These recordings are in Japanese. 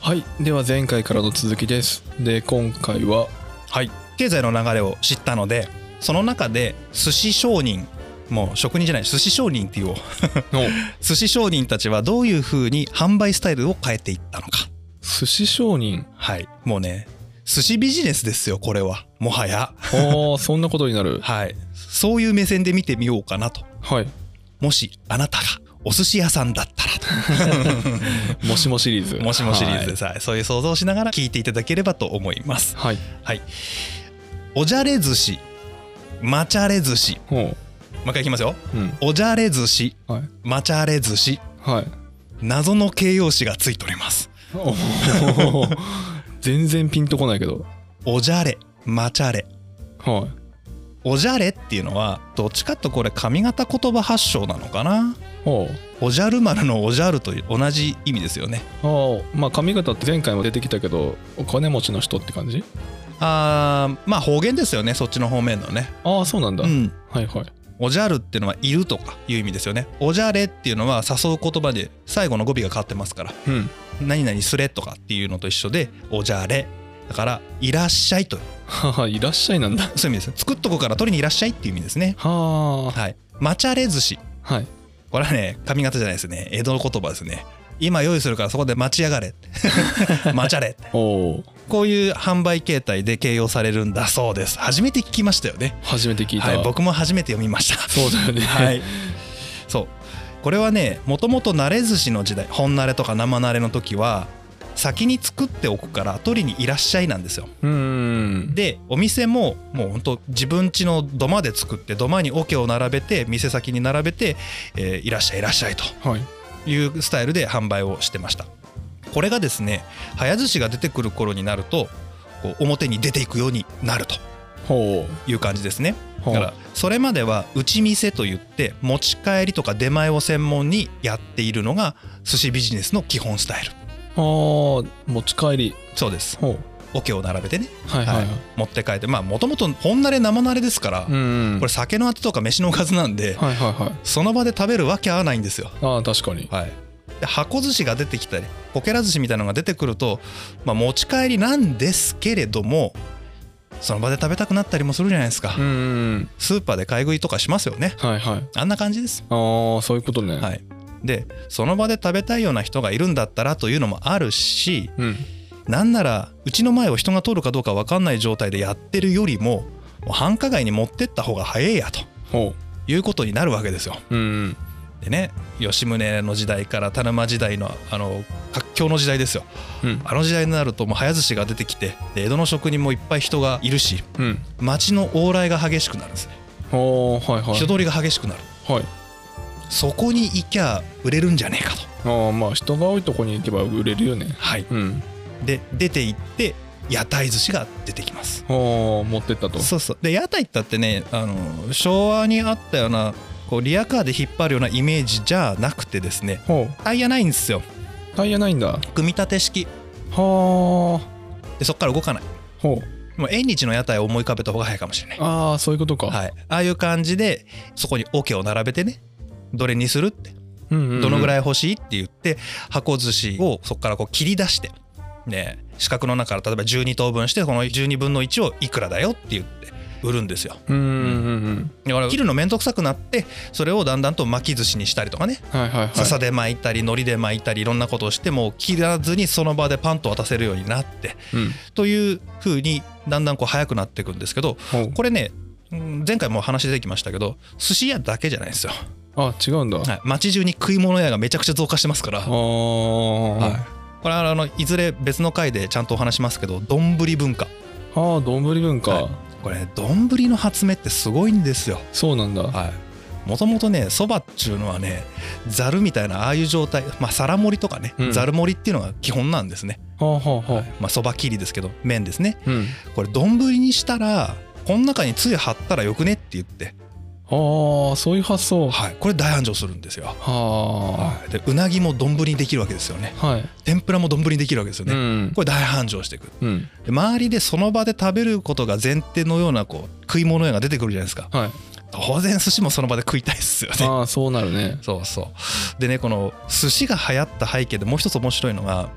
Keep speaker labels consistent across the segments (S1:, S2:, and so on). S1: はいでは前回からの続きですで今回は
S2: はい、経済の流れを知ったのでその中で寿司商人もう職人じゃない寿司商人っていう 寿司商人たちはどういうふうに販売スタイルを変えていったのか
S1: 寿司商人
S2: はいもうね寿司ビジネスですよこれはもはや
S1: ああそんなことになる
S2: はいそういう目線で見てみようかなと
S1: はい
S2: もしあなたがお寿司屋さんだったらと
S1: もしもシリーズ
S2: もしもシリーズです、はい、そういう想像をしながら聞いていただければと思います
S1: はい、はい
S2: はいおじゃれ寿司まちゃれ寿司
S1: ほう
S2: もう一回いきますよ
S1: うん
S2: おじゃれ寿司
S1: はい
S2: マチャレ寿司
S1: はい
S2: 謎の形容詞がついております
S1: お ー全然ピンとこないけど
S2: おじゃれマチャレ
S1: は
S2: おじゃれっていうのはどっちかとこれ上方言葉発祥なのかない
S1: ほう
S2: おじゃる丸のおじゃるという同じ意味ですよね
S1: ああまあ髪型って前回も出てきたけどお金持ちの人って感じ
S2: あーまあ方言ですよねそっちの方面のね
S1: ああそうなんだ、
S2: うん
S1: はいはい
S2: おじゃるっていうのはいるとかいう意味ですよねおじゃれっていうのは誘う言葉で最後の語尾が変わってますから
S1: うん
S2: 何々すれとかっていうのと一緒でおじゃれだからいらっしゃいという
S1: ははいらっしゃいなんだ
S2: そういう意味です作っとこから取りにいらっしゃいっていう意味ですね
S1: はあ
S2: はい。マチャレ寿司。
S1: はい
S2: これはね、髪型じゃないですね。江戸の言葉ですね。今用意するからそこで待ちや がれ。待ちゃれ。
S1: おお
S2: こういう販売形態で形容されるんだそうです。初めて聞きましたよね。
S1: 初めて聞いた、
S2: はい。僕も初めて読みました。
S1: そうだよね
S2: はい。そう。これはね、もともと慣れ寿司の時代、本慣れとか生慣れの時は、先に作っておくから取りにいらっしゃいなんですよ。
S1: うーん
S2: でお店ももうほんと自分家の土間で作って土間に桶を並べて店先に並べて、えーいらっしゃいいらっしゃいと
S1: はい
S2: いうスタイルで販売をしてましたこれがですね早寿司が出てくる頃になるとこう表に出ていくようになると
S1: ほ
S2: いう感じですね
S1: うほ
S2: だ
S1: う
S2: からそれまでは打ち店といって持ち帰りとか出前を専門にやっているのが寿司ビジネスの基本スタイル
S1: ああ持ち帰り
S2: そうです
S1: ほう
S2: 桶を並べてね、
S1: はいはいはい、
S2: はい持って帰ってまあもともと本慣れ生慣れですから、
S1: うんうん
S2: これ酒のあてとか飯のおかずなんで、
S1: はいはいはい
S2: その場で食べるわけ合わないんですよ。
S1: ああ確かに
S2: はい、で箱寿司が出てきたりポケラ寿司みたいなのが出てくると、まあ、持ち帰りなんですけれどもその場で食べたくなったりもするじゃないですか、
S1: うんうん
S2: スーパーで買い食いとかしますよね
S1: はいはい
S2: あんな感じです。
S1: ああそういうことね、
S2: はい、でその場で食べたいような人がいるんだったらというのもあるし
S1: うん
S2: なんならうちの前を人が通るかどうか分かんない状態でやってるよりももう繁華街に持ってった方が早いやと
S1: ほ
S2: いうことになるわけですよ。
S1: ううんうん
S2: でね吉宗の時代から田沼時代のあの活況の時代ですよ
S1: うん
S2: あの時代になるともう早寿司が出てきてで江戸の職人もいっぱい人がいるし
S1: うん
S2: 町の往来が激しくなるんですね
S1: ほうはいはい
S2: 人通りが激しくなる
S1: はい
S2: そこに行きゃ売れるんじゃねえかと
S1: ああまあ人が多いとこに行けば売れるよね
S2: はい
S1: うん
S2: で出て行って屋台寿司が出てきます
S1: ほう持ってったと
S2: そうそうで屋台ったってねあの昭和にあったようなこうリアカーで引っ張るようなイメージじゃなくてですね
S1: ほ
S2: タイヤないんですよ
S1: うタイヤないんだは
S2: 組み立て式
S1: あほ
S2: でそっから動かないうもう縁日の屋台を思い浮かべた方が早いかもしれない、
S1: ああそういうことか、
S2: はい、ああいう感じでそこに桶を並べてねどれにするって
S1: うんうんうん、
S2: どのぐら
S1: い
S2: い欲しいって言って箱寿司をそこからこう切り出してね四角の中から例えば12等分してこの12分の1をいくらだよって言って売るんですよ
S1: うんうんうんうん
S2: で切るの面倒くさくなってそれをだんだんと巻き寿司にしたりとかね
S1: はいはいはい
S2: 笹で巻いたり海苔で巻いたりいろんなことをしてもう切らずにその場でパンと渡せるようになって
S1: うん
S2: という風にだんだんこう早くなっていくんですけど
S1: ほう
S2: これねうん前回もお話出てきましたけど寿司屋だけじゃないんですよ、
S1: あ違うんだ、
S2: はい、街中に食い物屋がめちゃくちゃ増加してますから、
S1: ああ、
S2: はいこれはあのいずれ別の回でちゃんとお話しますけど丼文化
S1: ああ丼文化、
S2: はいこれね丼の発明ってすごいんですよ
S1: そうなんだ
S2: もともとねそばっちゅうのはねざるみたいなああいう状態まあ皿盛りとかね
S1: うん
S2: ざる、盛りっていうのが基本なんですね
S1: はあはあはあ、
S2: まあそば切りですけど麺ですね
S1: うん
S2: これ丼にしたらこの中につゆ張ったらよくねって言って、
S1: ああそういう発想は
S2: はい、これ大繁盛するんですよ
S1: あ
S2: はいでうなぎも丼にできるわけですよね
S1: はい、
S2: 天ぷらも丼にできるわけですよ
S1: う
S2: ね、
S1: ん
S2: これ大繁盛していく
S1: うん
S2: で周りでその場で食べることが前提のようなこう食い物屋が出てくるじゃないですか
S1: はい
S2: 当然寿司もその場で食いたいっすよね
S1: ああそうなるね
S2: そうそうでねこの寿司が流行った背景でもう一つ面白いのが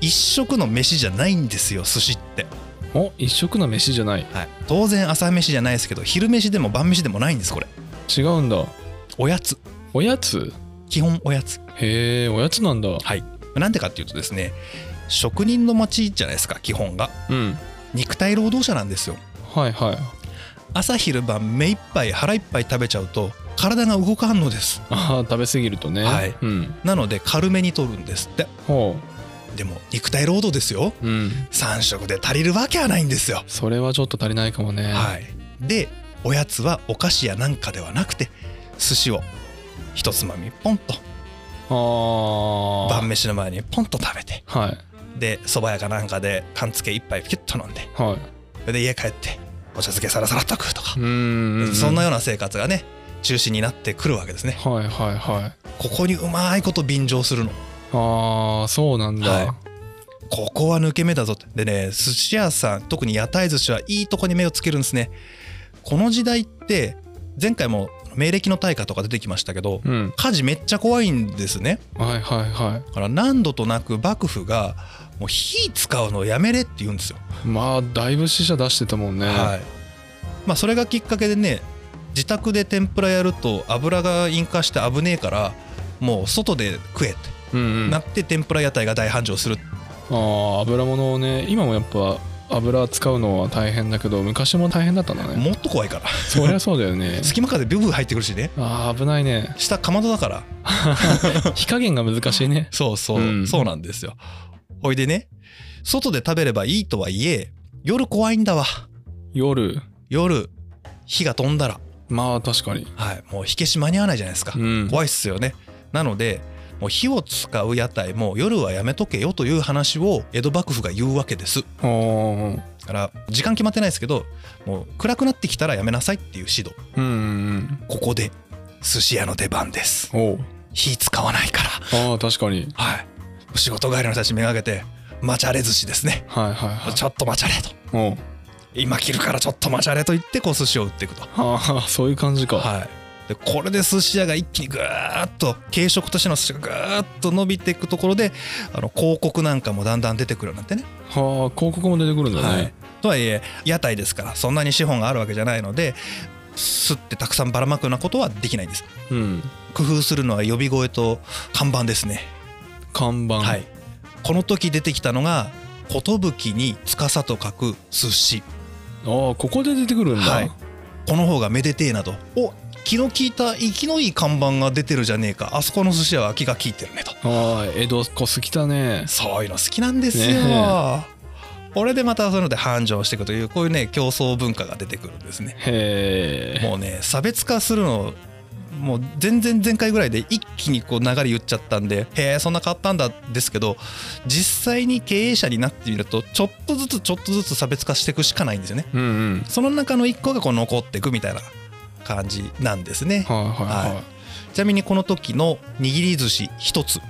S2: 一食の飯じゃないんですよ寿司って、
S1: お一食の飯じゃない
S2: はい、当然朝飯じゃないですけど昼飯でも晩飯でもないんですこれ
S1: 違うんだ
S2: おやつ
S1: おやつ
S2: 基本おやつ
S1: へえおやつなんだ
S2: はいなんでかっていうとですね職人の町じゃないですか基本が
S1: うん
S2: 肉体労働者なんですよ
S1: はいはい
S2: 朝昼晩目いっぱい腹いっぱい食べちゃうと体が動かんのです
S1: あー食べ過ぎるとね
S2: はい
S1: うん
S2: なので軽めにとるんですって
S1: ほ
S2: でも肉体労働ですよ
S1: ううん
S2: 3食で足りるわけはないんですよ
S1: それはちょっと足りないかもね
S2: はいでおやつはお菓子やなんかではなくて寿司を一つまみポンと
S1: ああ
S2: 晩飯の前にポンと食べて
S1: はい
S2: でそばやかなんかで缶付け一杯ピュッと飲んで
S1: はい
S2: それで家帰ってお茶漬けサラサラっと食うとか
S1: う、ーん
S2: そんなような生活がね中心になってくるわけですね
S1: はいはいはい
S2: ここにうまいこと便乗するの
S1: ああそうなんだ、
S2: はいここは抜け目だぞってでね寿司屋さん特に屋台寿司はいいとこに目をつけるんですねこの時代って前回も明暦の大火とか出てきましたけど
S1: うん
S2: 火事めっちゃ怖いんですね
S1: はいはいは
S2: だから何度となく幕府がもう火使うのをやめれって言うんですよ、
S1: いまあだいぶ死者出してたもんね、
S2: はいまあそれがきっかけでね自宅で天ぷらやると油が引火して危ねえからもう外で食えって
S1: うんうん
S2: な
S1: あ
S2: って天ぷら屋台が大繁盛する
S1: あ油物をね今もやっぱ油使うのは大変だけど昔も大変だったんだね
S2: もっと怖いから
S1: そりゃそうだよね
S2: 隙間風ビューブー入ってくるしね
S1: ああ危ないね
S2: 下かまどだから
S1: 火加減が難しいね
S2: そうそう、
S1: うん
S2: そうなんですよほいでね外で食べればいいとはいえ夜怖いんだわ
S1: 夜
S2: 夜火が飛んだら、
S1: まあ確かに
S2: はい、もう火消し間に合わないじゃないですか、
S1: うん
S2: 怖いっすよねなのでもう火を使う屋台も夜はやめとけよという話を江戸幕府が言うわけですだ
S1: おー
S2: から時間決まってないですけどもう暗くなってきたらやめなさいっていう指導
S1: うんうん
S2: ここで寿司屋の出番です
S1: うんおう
S2: 火使わないから
S1: ああ確かに
S2: はい仕事帰りの人たちめがけてマチャレ寿司ですね
S1: はいはいはい
S2: ちょっとマチャレと
S1: おう
S2: 今切るからちょっとマチャレと言ってこう寿司を売っていくと
S1: ああそういう感じか、
S2: はいでこれで寿司屋が一気にぐーっと軽食としての寿司がぐーっと伸びていくところであの広告なんかもだんだん出てくるようになってね、
S1: はあ広告も出てくるんだね、
S2: はい、とはいえ屋台ですからそんなに資本があるわけじゃないので吸ってたくさんばらまくようなことはできないんです
S1: うん
S2: 工夫するのは呼び声と看板ですね
S1: 看板
S2: はい、この時出てきたのが「寿に司」と書く寿司
S1: ああここで出てくるんだ、
S2: はいこの方がめでてえなとお気の利いた息のいい看板が出てるじゃねえかあそこの寿司屋は気が利いてるねと
S1: ああ江戸っ子好きだね
S2: そういうの好きなんですよ、
S1: ね
S2: これでまたそういうので繁盛していくというこういうね競争文化が出てくるんですね
S1: へえ
S2: もうね差別化するのもう全然前回ぐらいで一気にこう流れ言っちゃったんでへえそんな変わったんだですけど実際に経営者になってみるとちょっとずつちょっとずつ差別化していくしかないんですよね
S1: うんうん
S2: その中の一個がこう残っていくみたいな感じなんですね
S1: はいはいはい、
S2: はちなみにこの時の握り寿司一つ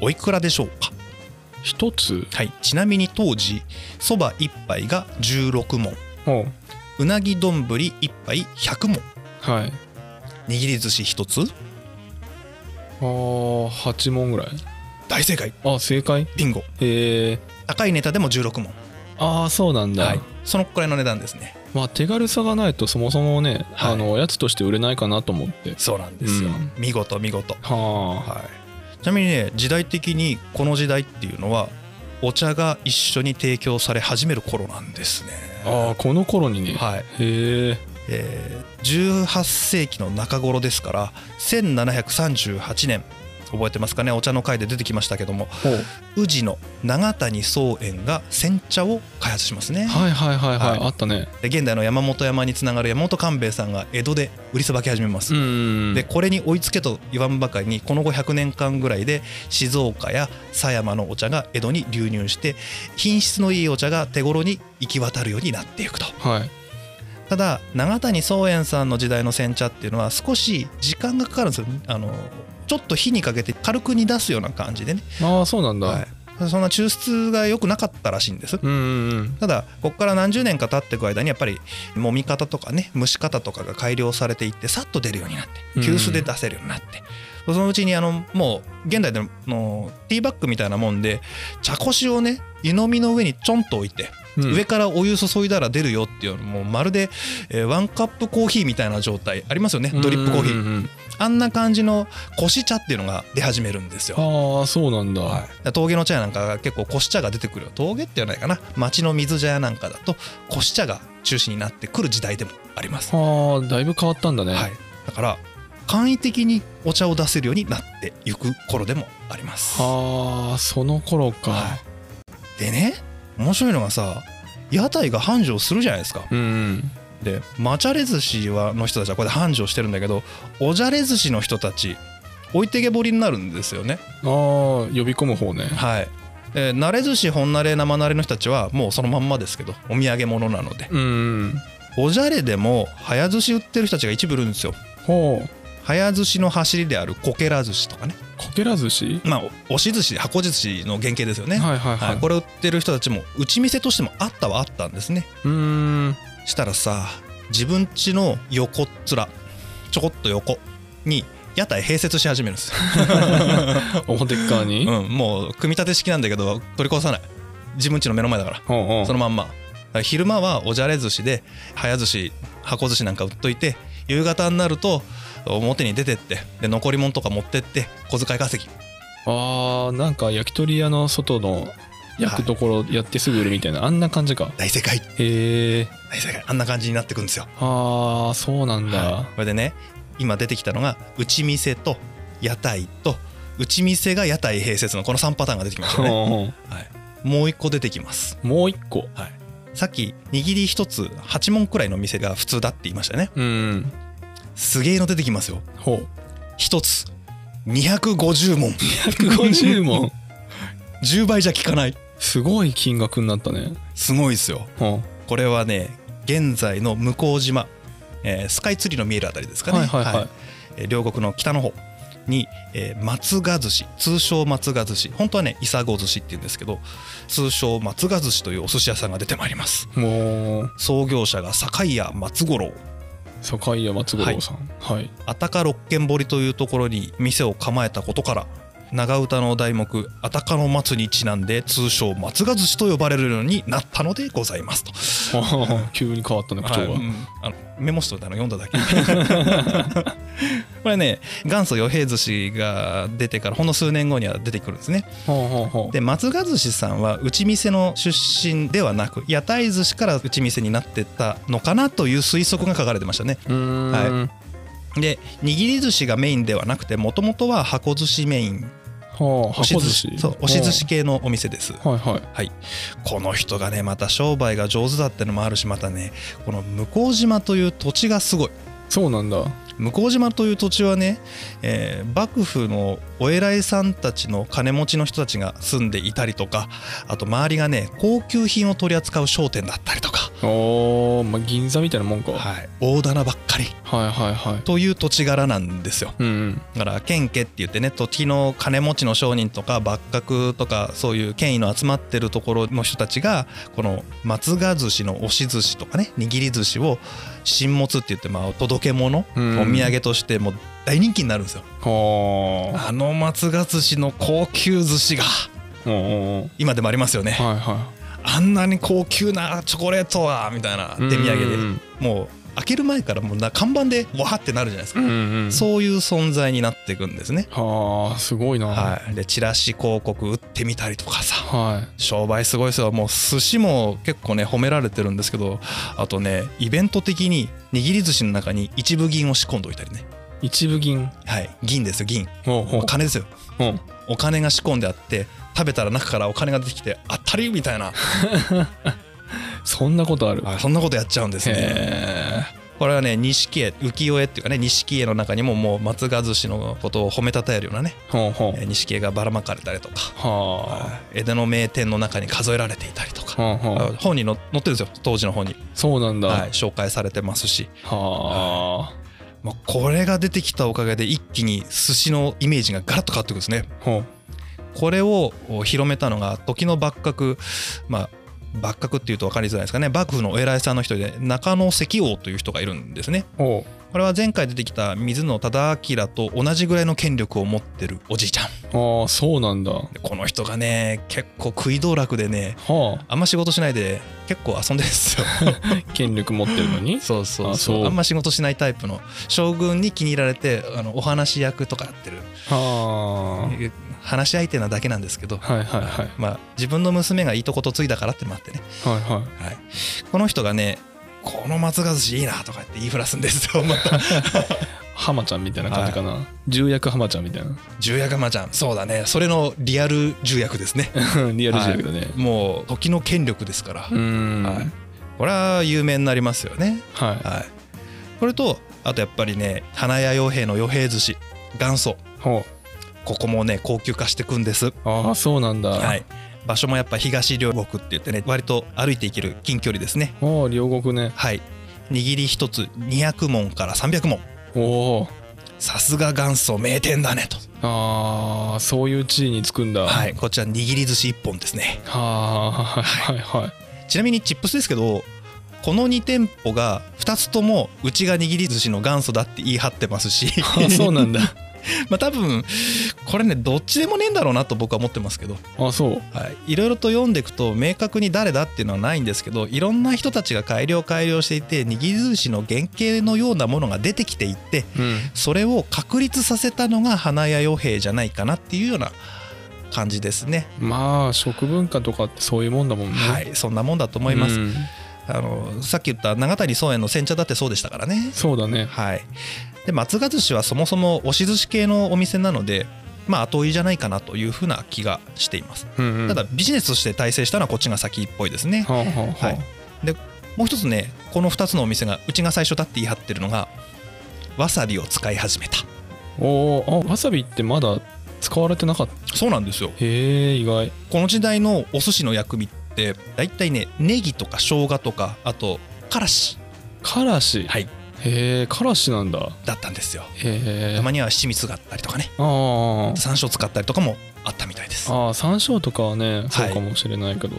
S2: おいくらでしょうか
S1: 一つ
S2: はいちなみに当時そば一杯が16問
S1: おう
S2: うなぎ丼一杯100問
S1: はい
S2: 握り寿司一つ
S1: ああ八問ぐらい
S2: 大正解
S1: あ正解
S2: ビンゴ
S1: へえ
S2: 高いネタでも16問、
S1: ああそうなんだ、
S2: はい、そのくらいの値段ですね
S1: まあ手軽さがないとそもそもね、
S2: はい
S1: あのおやつとして売れないかなと思って
S2: そうなん
S1: ですよ
S2: 見事見事、
S1: は
S2: はい、ちなみにね時代的にこの時代っていうのはお茶が一緒に提供され始める頃なんですね
S1: あああこの頃にね、
S2: はい
S1: へえ
S2: えー18世紀の中頃ですから1738年覚えてますかねお茶の会で出てきましたけども
S1: おう
S2: 宇治の長谷宗園が煎茶を開発しますね
S1: はいはいはいはい、
S2: はい
S1: あったね
S2: で現代の山本山につながる山本勘兵衛さんが江戸で売りさばき始めます
S1: うんうん
S2: でこれに追いつけと言わんばかりにこの後100年間ぐらいで静岡や狭山のお茶が江戸に流入して品質のいいお茶が手頃に行き渡るようになっていくと
S1: はい
S2: ただ長谷宗園さんの時代の煎茶っていうのは少し時間がかかるんですよあのちょっと火にかけて軽く煮出すような感じでね、
S1: ああそうなんだ、
S2: はいそんな抽出が良くなかったらしいんです。
S1: うんうん
S2: ただここから何十年か経っていく間にやっぱり揉み方とかね蒸し方とかが改良されていってさっと出るようになって急須で出せるようになって、そのうちにあのもう現代でのティーバッグみたいなもんで茶こしをね湯飲みの上にちょんと置いて、
S1: うん
S2: 上からお湯注いだら出るよっていうのもうまるで、えーワンカップコーヒーみたいな状態ありますよね
S1: うん
S2: ドリップコーヒー、
S1: うんうんうん
S2: あんな感じのこし茶っていうのが出始めるんですよ。
S1: ああそうなんだ、
S2: はい、峠の茶屋なんかが結構こし茶が出てくるよ峠って言わないかな町の水茶屋なんかだとこし茶が中心になってくる時代でもあります、
S1: はあだいぶ変わったんだね、
S2: はい、だから簡易的にお茶を出せるようになっていく頃でもあります、
S1: ああその頃か、
S2: はい、でね面白いのがさ屋台が繁盛するじゃないですか
S1: うんうん
S2: でマチャレ寿司はの人たちはこれで繁盛してるんだけどおじゃれ寿司の人たち置いてけぼりになるんですよね
S1: ああ呼び込む方ね
S2: はい、えー慣れ寿司本慣れ生慣れの人たちはもうそのまんまですけどお土産物なので
S1: うんうん
S2: おじゃれでも早寿司売ってる人たちが一部いるんですよ
S1: ほう
S2: 早寿司の走りであるこけら寿司とかね
S1: こけら寿司
S2: まあお押し寿司箱寿司の原型ですよね、
S1: はいはいは、
S2: はいいこれ売ってる人たちも打ち店としてもあったはあったんですね
S1: うーん
S2: したらさ自分家の横っ面ちょこっと横に屋台併設し始めるんですよ、
S1: 表っ側に、
S2: うん、もう組み立て式なんだけど取り壊さない自分家の目の前だから
S1: ほうほう
S2: そのまんまだから昼間はおじゃれ寿司で早寿司箱寿司なんか売っといて夕方になると表に出てってで残り物とか持ってって小遣い稼ぎ
S1: あーなんか焼き鳥屋の外の焼くところやってすぐ売るみたいな、あんな感じか
S2: 大正解
S1: へえ
S2: 大正解あんな感じになってくんですよ
S1: あーそうなんだ、
S2: はいこれでね今出てきたのが打ち店と屋台と打ち店が屋台併設のこの3パターンが出てきましたね、
S1: ほう
S2: はい、もう1個出てきます
S1: ほうもう一個
S2: さっき握り1つ8問くらいの店が普通だって言いましたよね
S1: うん
S2: すげえの出てきますよ
S1: ほ う
S2: 1つ250問
S1: 150問
S2: 10倍じゃ効かない
S1: すごい金額になったね
S2: すごいですよ
S1: ほ
S2: これはね現在の向島、えースカイツリーの見えるあたりです
S1: う
S2: かね、
S1: はいはいはい、
S2: えー両国の北の方に、えー松賀寿司通称松賀寿司本当はね伊佐子寿司って言うんですけど通称松賀寿司というお寿司屋さんが出てまいります
S1: もう
S2: 創業者が堺屋松五郎
S1: 坂井屋松五郎さんはい、
S2: あたか六軒堀というところに店を構えたことから長唄の題目「あたかの松」にちなんで通称松賀寿司と呼ばれるようになったのでございますと
S1: あー 急に変わったね口調が、
S2: はいうんあのメモしといたの読んだだけ これね元祖与平寿司が出てからほんの数年後には出てくるんですね
S1: ほうほうほう
S2: で松賀寿司さんは打ち店の出身ではなく屋台寿司から打ち店になってったのかなという推測が書かれてましたね
S1: うーん、
S2: はで握り寿司がメインではなくてもともとは箱寿司メイン
S1: はあ
S2: 押し
S1: 箱寿司
S2: そう押し寿司系のお店です
S1: ほうはいはい
S2: この人がねまた商売が上手だってのもあるしまたねこの向島という土地がすごい
S1: そうなんだ
S2: 向島という土地はね、えー幕府のお偉いさんたちの金持ちの人たちが住んでいたりとかあと周りがね高級品を取り扱う商店だったりとか、
S1: おー、まあ、銀座みたいなもんか、
S2: はい、大棚ばっかり
S1: はい、はいはい
S2: という土地柄なんですよ
S1: うんうん
S2: だから県家って言ってね土地の金持ちの商人とか幕閣とかそういう権威の集まってるところの人たちがこの松賀寿司の押し寿司とかね握り寿司を新物って言ってまあお届け物、
S1: うん
S2: お土産としてもう大人気になるんですよ
S1: はあ
S2: あの松賀寿司の高級寿司が
S1: うんうんうん
S2: 今でもありますよね、
S1: はいは
S2: あんなに高級なチョコレートはみたいない手土産
S1: う
S2: で
S1: ん
S2: もう開ける前からもうな看板でわーってなるじゃないです
S1: う
S2: か、
S1: んうん
S2: そういう存在になっていくんですね、
S1: はあすごいなは
S2: はい、でチラシ広告売ってみたりとかさ
S1: い
S2: 商売すごいですよもう寿司も結構ね褒められてるんですけどあとねイベント的に握り寿司の中に一部銀を仕込んでおいたりね
S1: 一部銀
S2: はい銀ですよ銀
S1: おうおう
S2: お金ですよ
S1: おう
S2: お金が仕込んであって食べたら中からお金が出てきて当たりみたいな
S1: そんなことある
S2: そんなことやっちゃうんですね
S1: へ
S2: これはね錦絵浮世絵っていうかね錦絵の中にももう松賀寿司のことを褒めたたえるようなね
S1: えほうほ
S2: え
S1: う
S2: ー錦絵がばらまかれたりとか
S1: は
S2: 江戸の名店の中に数えられていたりと
S1: あ
S2: か
S1: ほうほう
S2: 本にの載ってるんですよ当時の本に、
S1: そうなんだ
S2: は、
S1: はい
S2: 紹介されてますし、
S1: あ
S2: まあ、これが出てきたおかげで一気に寿司のイメージがガラッと変わってくるんですね
S1: ほう
S2: これを広めたのが時の幕閣まあ幕閣っていうと分かりづらいですかね幕府のお偉いさんの一人で中野石王という人がいるんですね
S1: おう
S2: これは前回出てきた水野忠明と同じぐらいの権力を持ってるおじいちゃん
S1: ああそうなんだは
S2: でこの人がね結構食い道楽でね
S1: あ
S2: あんま仕事しないで結構遊んでるんですよ
S1: 権力持ってるのに
S2: そうそ
S1: あ
S2: あ
S1: そう
S2: あんま仕事しないタイプの将軍に気に入られてあのお話し役とかやってる
S1: は
S2: 話し相手なだけなんですけど
S1: あはいはいはい
S2: まあ自分の娘がいいとことついだからってもあってね、
S1: はいはい
S2: はい、この人がねこの松賀寿司いいなとか言って言いふらすんですよま た
S1: 浜ちゃんみたいな感じかな、重役浜ちゃんみたいな
S2: 重役マちゃんそうだねそれのリアル重役ですね
S1: リアル重役だね、
S2: もう時の権力ですから、
S1: うーんは
S2: はいい、これは有名になりますよね
S1: はい
S2: はいこれとあとやっぱりね花屋傭兵の傭兵寿司元祖
S1: ほ
S2: ここもね高級化してくんです
S1: うああそうなんだ、、
S2: はいい場所もやっぱ東両国って言ってね割と歩いていける近距離ですね
S1: おお両国ね
S2: はい握り一つ200問から300問
S1: おお
S2: さすが元祖名店だねと
S1: ああそういう地位につくんだ
S2: はいいこちら握り寿司1本ですね
S1: はあはいはいはい
S2: ちなみにチップスですけどこの2店舗が2つともうちが握り寿司の元祖だって言い張ってますし
S1: あそうなんだ
S2: まあ多分これねどっちでもねえんだろうなと僕は思ってますけど
S1: あそう
S2: はい、いろいろと読んでいくと明確に誰だっていうのはないんですけどいろんな人たちが改良改良していて握り寿司の原型のようなものが出てきていって
S1: うん
S2: それを確立させたのが花屋与兵衛じゃないかなっていうような感じですね、
S1: まあ食文化とかってそういうもんだもんね
S2: はいそんなもんだと思います、
S1: うん
S2: あのさっき言った永谷宗園の煎茶だってそうでしたからね
S1: そうだね
S2: はいで松賀寿司はそもそも押し寿司系のお店なのでまあ後追いじゃないかなというふうな気がしています
S1: うん、うん、
S2: ただビジネスとして大成したのはこっちが先っぽいですね
S1: はあはあはあ、
S2: はいもう一つねこの2つのお店がうちが最初だって言い張ってるのがわさびを使い始めた
S1: おおあわさびってまだ使われてなかった
S2: そうなんですよ
S1: へえ意外
S2: この時代のお寿司の薬味って大体ねネギとか生姜とかあとからし
S1: からし
S2: はい
S1: へえからしなんだ
S2: だったんですよ
S1: へえ
S2: たまには七味があったりとかね
S1: あー
S2: 山椒使ったりとかもあったみたいです
S1: あー山椒とかはねそ
S2: は
S1: う
S2: い
S1: かもしれないけど、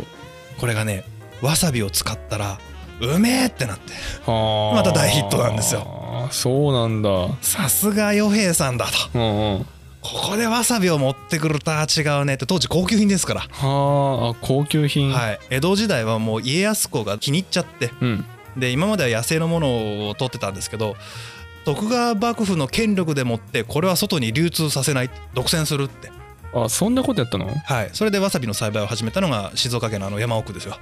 S2: これがねわさびを使ったらうめえってなって
S1: あー
S2: また大ヒットなんですよ
S1: あーそうなんだ
S2: さすが与兵さんだと
S1: うんうん
S2: ここでわさびを持ってくるとは違うねって当時高級品ですから
S1: はーあ高級品
S2: はい、江戸時代はもう家康公が気に入っちゃって
S1: うん
S2: で今までは野生のものを取ってたんですけど徳川幕府の権力でもってこれは外に流通させない独占するって、
S1: あそんなことやったの
S2: はい、それでわさびの栽培を始めたのが静岡県のあの山奥ですよ
S1: は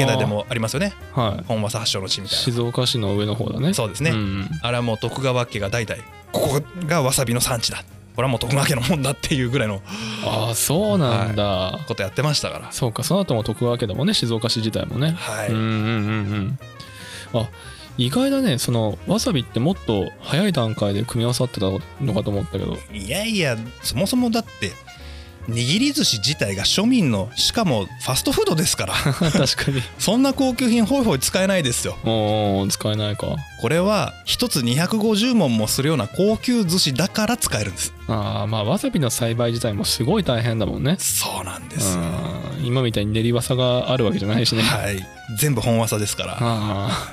S1: あ
S2: 現代でもありますよね
S1: は
S2: 本和発祥の地み
S1: い
S2: たい
S1: 静岡市の上の方だね
S2: なそうです
S1: う
S2: ね、
S1: ん
S2: あれはもう徳川家が代々ここがわさびの産地だこれはもう徳川家のもんだっていうぐらいの
S1: ああそうなんだ、
S2: ことやってましたから
S1: そうかその後も徳川家だもんね静岡市自体もね、
S2: はい、
S1: うんうんうんうんあ意外だねそのわさびってもっと早い段階で組み合わさってたのかと思ったけど
S2: いやいやそもそもだって握り寿司自体が庶民のしかもファストフードですから
S1: 確かに
S2: そんな高級品ホイホイ使えないですよ
S1: おー使えないか
S2: これは1つ250問もするような高級寿司だから使えるんです
S1: あーまあわさびの栽培自体もすごい大変だもんね
S2: そうなんで
S1: うん今みたいに練りわさがあるわけじゃないしね
S2: はい全部本わさですから
S1: あ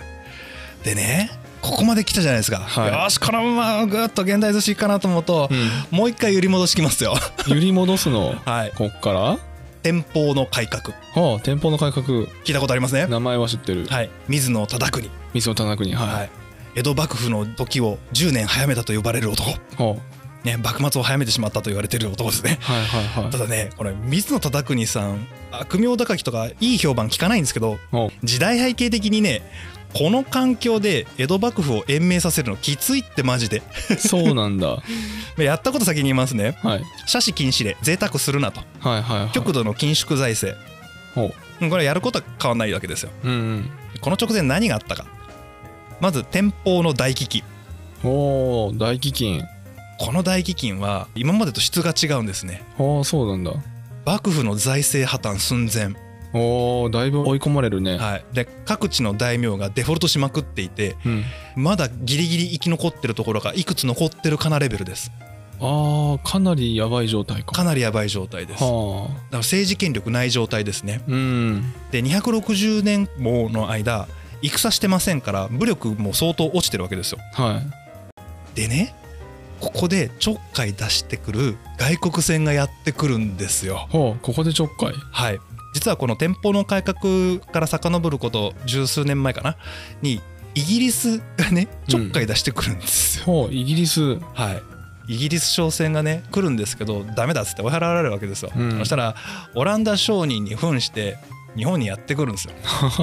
S2: でねここまで来たじゃないですか、
S1: はい
S2: よーしこのままぐっと現代寿司いくかなと思うと
S1: ー、
S2: もう一回揺り戻してきますよ
S1: 揺り戻すの
S2: はい
S1: こっからあ
S2: 店舗の改革
S1: あ店舗の改革
S2: 聞いたことありますね
S1: 名前は知ってる
S2: はい水野忠邦
S1: 水野棚国はい
S2: はい、江戸幕府の時を10年早めたと呼ばれる男、
S1: お
S2: ね、幕末を早めてしまったと言われてる男ですね
S1: はいはいはい
S2: ただねこれ水野忠邦さん悪名高きとかいい評判聞かないんですけど
S1: お
S2: 時代背景的にねこの環境で江戸幕府を延命させるのきついってマジで
S1: そうなんだはい
S2: やったこと先に言いますね
S1: はい
S2: 奢侈禁止令贅沢するなと
S1: はいはい
S2: 極度の緊縮財政
S1: お
S2: うんこれやることは変わんないわけですよ
S1: うん
S2: この直前何があったかまず天保の大飢饉
S1: うんおー大飢饉
S2: この大飢饉は今までと質が違うんですね
S1: ああそうなんだ
S2: 幕府の財政破綻寸前、
S1: おーだいぶ追い込まれるね
S2: はい、で各地の大名がデフォルトしまくっていて
S1: うん
S2: まだギリギリ生き残ってるところがいくつ残ってるかなレベルです
S1: あああかなりやばい状態か
S2: かなりやばい状態ですだか
S1: はあ
S2: ら政治権力ない状態ですね
S1: うん
S2: で260年もの間戦してませんから武力も相当落ちてるわけですよ
S1: はい
S2: でねここでちょっかい出してくる外国船がやってくるんですよ
S1: ほうここでちょっかい
S2: はい実はこの天保の改革から遡ること十数年前かなにイギリスがねちょっかい出してくるんですよ、
S1: ほうイギリス
S2: はいイギリス商船がね来るんですけどダメだっつって追い払われるわけですよ、
S1: うん
S2: そしたらオランダ商人に扮して日本にやってくるんですよ、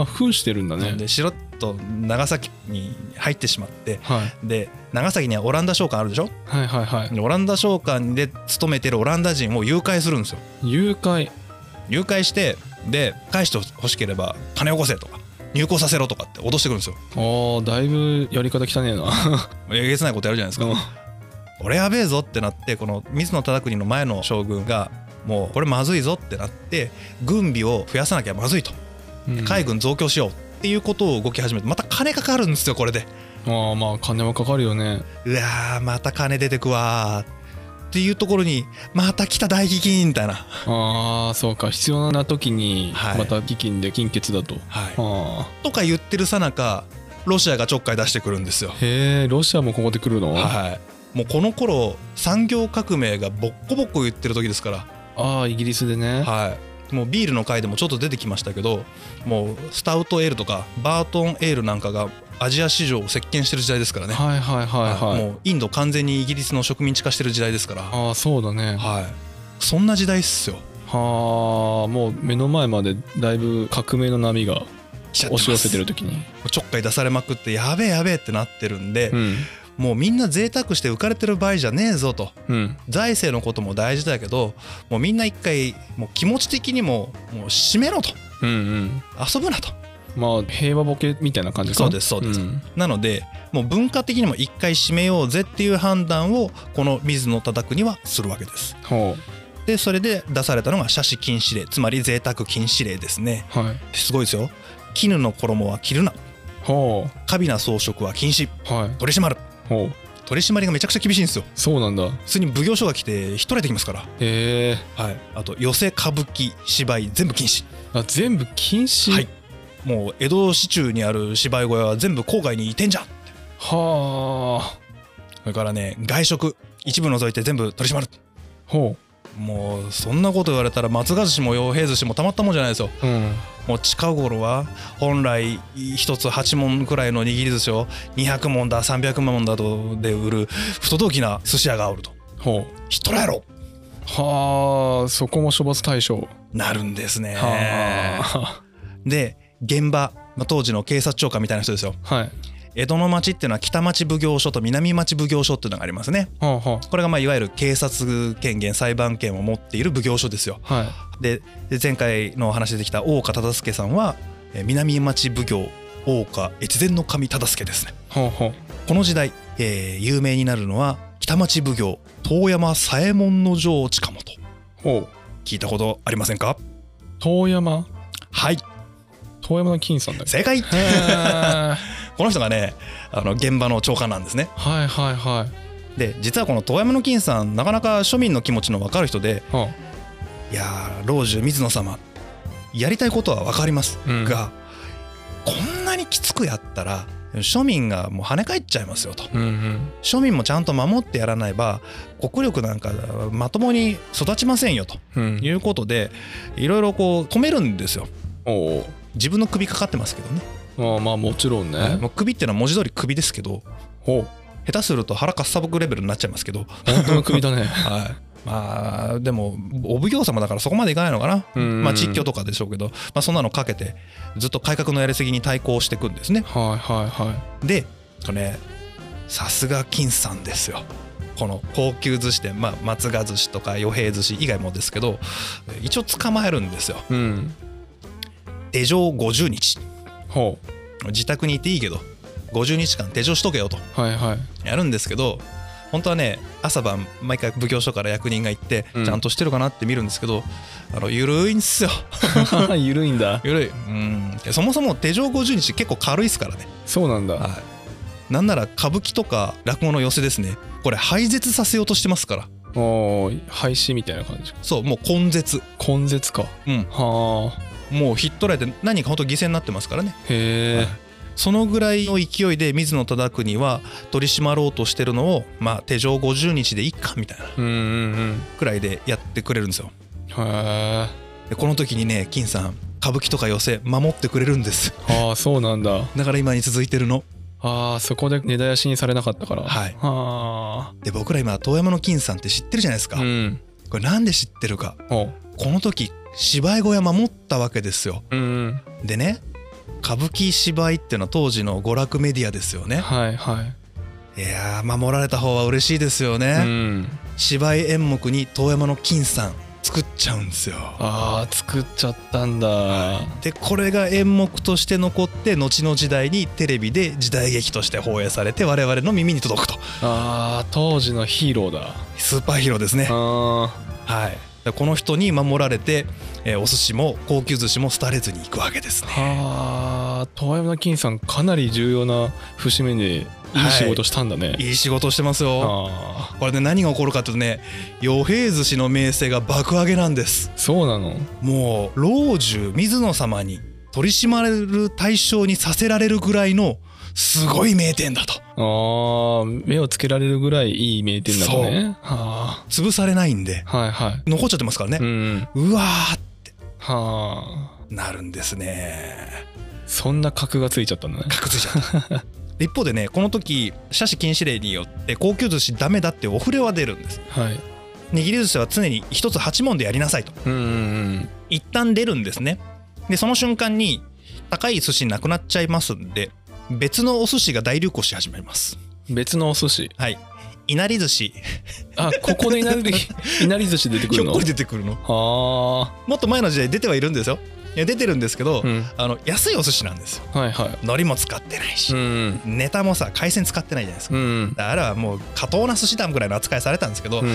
S1: 扮してるんだね
S2: でしろっと長崎に入ってしまって
S1: はい、
S2: で長崎にはオランダ商館あるでしょ
S1: はいはいはい
S2: オランダ商館で勤めてるオランダ人を誘拐するんですよ
S1: 誘拐
S2: 誘拐してで返してほしければ金を起こせとか入港させろとかって脅してくるんですよ
S1: ああだいぶやり方汚ねえな
S2: えげつないことやるじゃないですか俺やべえぞってなってこの水野忠邦の前の将軍がもうこれまずいぞってなって軍備を増やさなきゃまずいと
S1: うん
S2: 海軍増強しようっていうことを動き始めてまた金かかるんですよこれで
S1: ああまあ金はかかるよね
S2: うわーまた金出てくわーっていうところにまた来た大飢饉みたいな
S1: ああそうか必要な時に
S2: はい
S1: また飢饉で金欠だと、
S2: はい
S1: あ
S2: とか言ってるさなかロシアがちょっかい出してくるんですよ。
S1: あへえロシアもここで来るの、
S2: はい、もうこの頃産業革命がボッコボコ言ってる時ですか
S1: ああイギリスでね
S2: ら、はい、もうビールの回でもちょっと出てきましたけどもうスタウトエールとかバートンエールなんかがアジア市場を席巻してる時代ですからね、
S1: はいはいはいはい、
S2: もうインド完全にイギリスの植民地化してる時代ですから、
S1: ああそうだねは
S2: はい、そんな時代っすよ。
S1: あもう目の前までだいぶ革命の波が
S2: 来ちゃっ
S1: 押
S2: てま
S1: し
S2: す
S1: 寄せてる時に
S2: ちょっかい出されまくってやべえやべえってなってるんで、
S1: うん
S2: もうみんな贅沢して浮かれてる場合じゃねえぞと。
S1: うん
S2: 財政のことも大事だけどもうみんな一回もう気持ち的にももう締めろと
S1: うんうん
S2: 遊ぶなと
S1: まあ平和ボケみたいな感じか
S2: そうですそうです
S1: ん
S2: なのでもう文化的にも一回締めようぜっていう判断をこの水野忠邦はするわけです
S1: ほ
S2: でそれで出されたのが奢侈禁止令つまり贅沢禁止令ですね
S1: うはい
S2: すごいですよ絹の衣は着るな
S1: ほ
S2: 華美な装飾は禁止
S1: うはい
S2: 取り締まる
S1: ほう
S2: 取り締まりがめちゃくちゃ厳しいんですよ
S1: そうなんだ
S2: 普通に奉行所が来て引き取られてきますから
S1: へえ
S2: はいあと寄席歌舞伎芝居全部禁止
S1: あ全部禁止
S2: はいもう江戸市中にある芝居小屋は全部郊外に移転じゃん
S1: はあ
S2: それからね外食一部除いて全部取り締まる
S1: ほ
S2: もうそんなこと言われたら松賀寿司も洋平寿司もたまったもんじゃないですよ
S1: ううん
S2: もう近頃は本来1つ8文くらいの握り寿司を200文だ300文だとで売る不届きな寿司屋がおると
S1: ほう
S2: ひっとらやろ
S1: はあそこも処罰対象
S2: なるんですね
S1: は
S2: で現場まあ当時の警察長官みたいな人ですよ
S1: あはい
S2: 江戸の町っていうのは北町奉行所と南町奉行所っていうのがありますね
S1: はあは
S2: これがまあいわゆる警察権限裁判権を持っている奉行所ですよ。
S1: あはい
S2: でで前回のお話で出てきた大岡忠助さんはえー南町奉行大岡越前の神忠助ですね。
S1: ほうほう
S2: この時代、えー有名になるのは北町奉行遠山左衛門の城近本
S1: ほう
S2: 聞いたことありませんか
S1: 遠山
S2: はい
S1: 遠山の金さんだっけ
S2: 正解
S1: へえ
S2: この人がねあの現場の長官なんですね。
S1: はいはいはい。
S2: で実はこの遠山の金さんなかなか庶民の気持ちの分かる人で
S1: あ
S2: いやー老中水野様やりたいことは分かります
S1: うん
S2: が、こんなにきつくやったら庶民がもう跳ね返っちゃいますよと
S1: うんうん。
S2: 庶民もちゃんと守ってやらないば国力なんかまともに育ちませんよと
S1: うん
S2: いうことでいろいろこう止めるんですよ
S1: お
S2: 自分の首かかってますけどね、
S1: お。ああまあもちろんね。
S2: もう首ってのは文字通り首ですけど
S1: お
S2: 下手すると腹かっさばくレベルになっちゃいますけど、
S1: 本当の首だね。
S2: はい、まあでもお奉行様だからそこまでいかないのかな、
S1: うん
S2: まあ実況とかでしょうけど、まあ、そんなのかけてずっと改革のやりすぎに対抗していくんですね
S1: はいはいは
S2: でこれさすが金さんですよこの高級寿司店、まあ、松賀寿司とか与平寿司以外もですけど一応捕まえるんですよ
S1: い。うん。
S2: 手錠50日
S1: ほ
S2: 自宅にいていいけど50日間手錠しとけよと
S1: う。はいはい。
S2: やるんですけど本当はね朝晩毎回奉行所から役人が行って
S1: うん
S2: ちゃんとしてるかなって見るんですけど、あのゆるいんですよ
S1: ゆるいんだ。
S2: ゆるいうんそもそも手錠50日結構軽いですからね、
S1: そうなんだ。
S2: はい、なんなら歌舞伎とか落語の寄せですねこれ廃絶させようとしてますから
S1: おー廃止みたいな感じ
S2: そうもう根絶
S1: 根絶か
S2: うん
S1: はあ
S2: もうヒットライで何か本当犠牲になってますからね
S1: へえ、
S2: そのぐらいの勢いで水野忠邦は取り締まろうとしてるのをまあ手錠50日でいっかみたいな
S1: うんうんうん
S2: くらいでやってくれるんですよ
S1: へえ
S2: でこの時にね金さん歌舞伎とか寄せ守ってくれるんです
S1: ああそうなん だ
S2: だから今に続いてるの
S1: ああそこで根絶やしにされなかったから
S2: はい
S1: あ
S2: で僕ら今遠山の金さんって知ってるじゃないですか、
S1: あうん
S2: これなんで知ってるか
S1: おう
S2: この時芝居小屋守ったわけですよ
S1: うんうん
S2: でね歌舞伎芝居ってのは当時の娯楽メディアですよね
S1: はいはい
S2: いやー守られた方は嬉しいですよ
S1: う
S2: ね、
S1: ん
S2: 芝居演目に遠山の金さん作っちゃうんですよ
S1: ああ作っちゃったんだ、
S2: でこれが演目として残って後の時代にテレビで時代劇として放映されて我々の耳に届くと
S1: ああ当時のヒーローだ
S2: スーパーヒーローですね
S1: あ
S2: はいでこの人に守られて、えーお寿司も高級寿司も廃れずに行くわけですね
S1: ーはあ遠山の金さんかなり重要な節目でいい仕事したんだね、
S2: いい仕事してますよ
S1: あ
S2: これで何が起こるかというとね与平寿司の名声が爆上げなんです
S1: あそうなの
S2: もう老中水野様に取り締まれる対象にさせられるぐらいのすごい名店だと
S1: ああ目をつけられるぐらいいい名店だったねは
S2: 潰されないんで
S1: あはいはい
S2: 残っちゃってますか
S1: う
S2: らね、
S1: ん
S2: うわーっ
S1: はあ
S2: てなるんですね
S1: そんな格がついちゃったんだね
S2: くっついちゃった で一方でねこの時奢侈禁止令によって高級寿司ダメだってお触れは出るんです
S1: はい
S2: 握り寿司は常に一つ8問でやりなさいと
S1: うんうん
S2: 一旦出るんですねでその瞬間に高い寿司なくなっちゃいますんで別のお寿司が大流行し始めます
S1: うん別のお寿司
S2: はいいなり寿司
S1: あここでいなり いなり寿司出てく
S2: ひ
S1: る
S2: ょっ
S1: の
S2: こり出てくるの
S1: ああ
S2: もっと前の時代出てはいるんですよいや出てるんですけど、
S1: うん
S2: あの安いお寿司なんですよ
S1: はいはい
S2: 海苔も使ってないし
S1: う、ん
S2: ネタもさ海鮮使ってないじゃないですか、
S1: うん
S2: だからあれはもう過当な寿司だぐらいの扱いされたんですけど、
S1: うん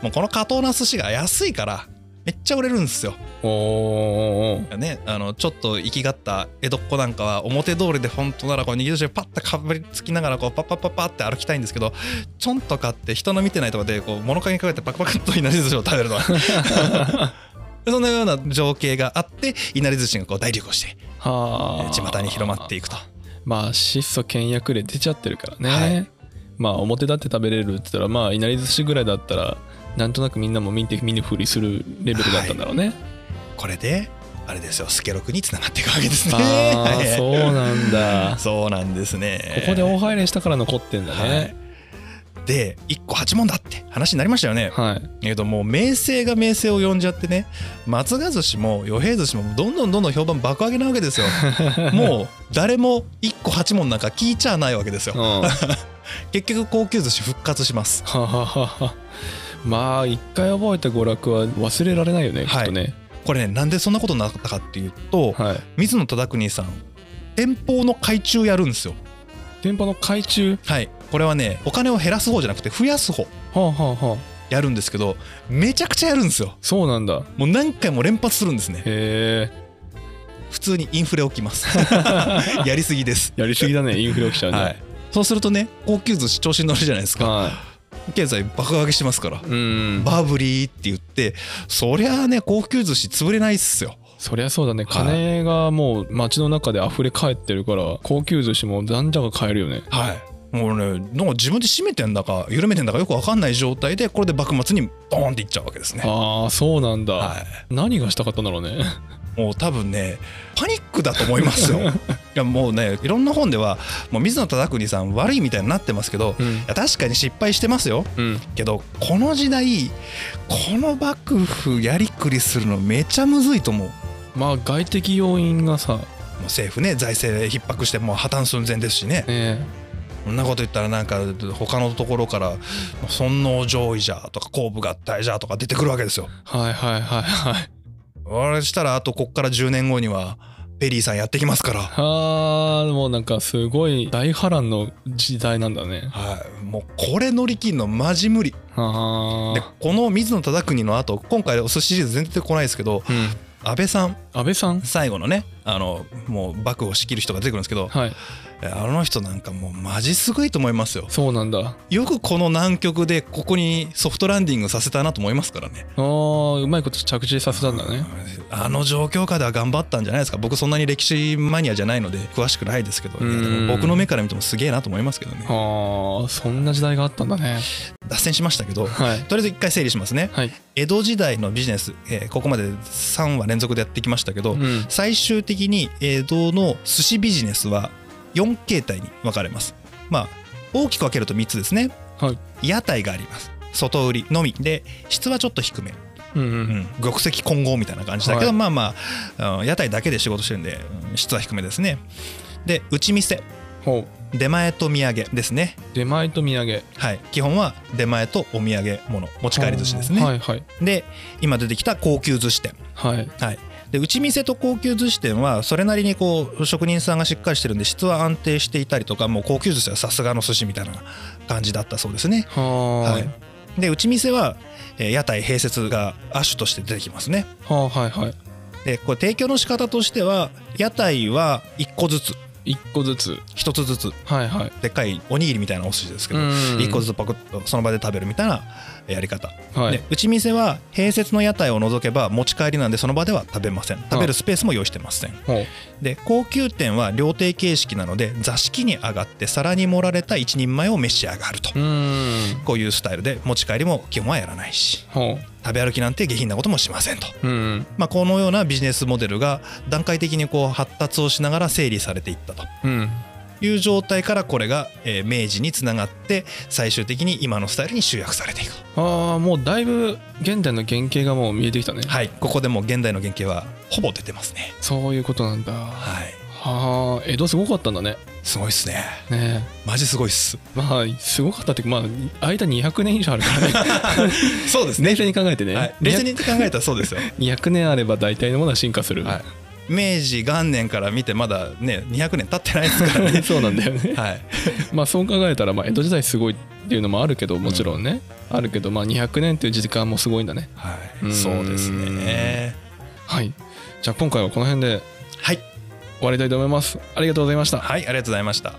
S2: もうこの過当な寿司が安いからめっちゃ売れるんですよ。
S1: おーおー
S2: ね、あのちょっと行きがった江戸っ子なんかは表通りで本当ならこう握り寿司をパッとかぶりつきながらこうパッパッパッパッって歩きたいんですけどちょんと買って人の見てないとこでこう物陰に隠れてパクパクっといなり寿司を食べるの そんなような情景があっていなり寿司がこう大流行してえ
S1: は
S2: ー
S1: あ
S2: 巷に広まっていくと。
S1: まあ質素倹約で出ちゃってるからね、
S2: はい
S1: まあ表立って食べれるって言ったらまあいなり寿司ぐらいだったらなんとなくみんなも見て見ぬふりするレベルだったんだろうね、
S2: これであれですよスケロクにつながっていくわけですね。
S1: あ
S2: は
S1: あ
S2: い
S1: そうなんだ
S2: そうなんですね。
S1: ここで大入れしたから残ってんだ
S2: はい
S1: ね、
S2: で1個8問だって話になりましたよね。
S1: はい、
S2: えけどもう名声が名声を呼んじゃってね松賀寿司も与平寿司もどんどんどんどん評判爆上げなわけ ですよもう誰も1個8問なんか聞いちゃあないわけです
S1: うん
S2: よ
S1: は
S2: 結局高級寿司復活します
S1: はははまあ一回覚えた娯楽は忘れられないよね、き
S2: はい
S1: っとね
S2: これねなんでそんなことになったかっていうと
S1: はい
S2: 水野忠邦さん店舗の改中やるんですよ
S1: 店舗の改中
S2: はいこれはねお金を減らす方じゃなくて増やす方
S1: はあはあはあ
S2: やるんですけどめちゃくちゃやるんですよ
S1: そうなんだ
S2: もう何回も連発するんですね
S1: へえ
S2: 普通にインフレ起きます やりすぎです
S1: やりすぎだねインフレ起きちゃうね、
S2: はい、そうするとね高級寿司調子に乗るじゃないですか
S1: は
S2: 経済爆上げしてますから
S1: い、うん
S2: バブリーって言ってそりゃあね高級寿司潰れないっすよ
S1: そりゃそうだね
S2: はい
S1: 金がもう街の中で溢れ返ってるから高級寿司も残高買えるよね
S2: はいもうねなんか自分で締めてんだか緩めてんだかよく分かんない状態でこれで幕末にドーンっていっちゃうわけですね
S1: ああそうなんだ、
S2: は
S1: 何がしたかったんだろうね
S2: い、もう多分ねパニックだと思いますよいやもうねいろんな本ではもう水野忠邦さん悪いみたいになってますけど、
S1: う
S2: い
S1: ん
S2: や確かに失敗してますよ
S1: うん
S2: けどこの時代この幕府やりくりするのめちゃむずいと思うも
S1: まあ外的要因がさ
S2: う政府ね財政逼迫してもう破綻寸前ですしね
S1: ね
S2: そんなこと言ったらなんか他のところから尊王攘夷じゃとか公部合体じゃとか出てくるわけですよ
S1: はいはいはいはい
S2: あれしたらあとこっから10年後にはペリーさんやってきますから
S1: あーもうなんかすごい大波乱の時代なんだね
S2: はいもうこれ乗り切るのマジ無理
S1: あ
S2: で
S1: あ
S2: この水野忠邦の後今回お寿司シリーズ全然出てこないですけど
S1: うん
S2: 安倍さん
S1: 安倍さん
S2: 最後のねあのもう幕府を仕切る人が出てくるんですけど
S1: はい
S2: あの人なんかもうマジすごいと思いますよ
S1: そうなんだあ
S2: よくこの南極でここにソフトランディングさせたなと思いますからね
S1: ーうまいこと着地させたんだね
S2: あの状況下では頑張ったんじゃないですか僕そんなに歴史マニアじゃないので詳しくないですけど、
S1: うん
S2: いやでも僕の目から見てもすげえなと思いますけどね
S1: ああそんな時代があったんだね
S2: 脱線しましたけど
S1: はい
S2: とりあえず一回整理しますね
S1: はい
S2: 江戸時代のビジネス、えーここまで3話連続でやってきましたけど、
S1: うん
S2: 最終的に江戸の寿司ビジネスは4形態に分かれますまあ大きく分けると3つですね、
S1: はい
S2: 屋台があります外売りのみで質はちょっと低め、
S1: うんう
S2: うんん、玉石混合みたいな感じだけど、
S1: はい
S2: まあまあうん屋台だけで仕事してるんで、うん質は低めですねで打ち店
S1: ほう
S2: 出前と土産ですね
S1: 出前と土産
S2: はい基本は出前とお土産物持ち帰り寿司ですね、
S1: はいはい
S2: で今出てきた高級寿司店
S1: はい
S2: はい、で打ち店と高級寿司店はそれなりにこう職人さんがしっかりしてるんで質は安定していたりとかもう高級寿司はさすがの寿司みたいな感じだったそうですね。
S1: はー
S2: はいい、で打ち店はえー屋台併設が亜種として出てきますね。
S1: はーはいはい
S2: でこれ提供の仕方としては屋台は1個ずつ
S1: 一個ずつ
S2: 1つずつ
S1: はいはい
S2: でっかいおにぎりみたいなお寿司ですけど
S1: うん
S2: 1個ずつパクッとその場で食べるみたいなやり方
S1: はい
S2: で打ち店は併設の屋台を除けば持ち帰りなんでその場では食べません食べるスペースも用意してません
S1: ほう
S2: で高級店は料亭形式なので座敷に上がって皿に盛られた一人前を召し上がると
S1: うーん
S2: こういうスタイルで持ち帰りも基本はやらないし
S1: ほ
S2: 食べ歩きなんて下品なこともしませんと、
S1: ううん
S2: まあ、このようなビジネスモデルが段階的にこう発達をしながら整理されていったと
S1: うん
S2: いう状態からこれがえー明治につながって最終的に今のスタイルに集約されていく
S1: ああもうだいぶ現代の原型がもう見えてきたね
S2: はいここでもう現代の原型はほぼ出てますね
S1: そういうことなんだは
S2: はい
S1: あ江戸すごかったんだね
S2: すごいっすね
S1: ね
S2: マジすごいっす
S1: えまあすごかったっていうかまあ間200年以上あるから ね
S2: そうです
S1: 冷静に考えてね、
S2: はい、冷静に考えたらそうですよ
S1: 200年あれば大体のものは進化する、
S2: はい明治元年から見てまだね200年経ってない ですからね
S1: そうなんだよね
S2: はい
S1: まあそう考えたらまあ江戸時代すごいっていうのもあるけどもちろんね、あるけどまあ200年っていう時間もすごいんだね
S2: はい
S1: うん
S2: そうですね
S1: はいじゃあ今回はこの辺で
S2: はい
S1: 終わりたいと思いますありがとうございました
S2: はいありがとうございました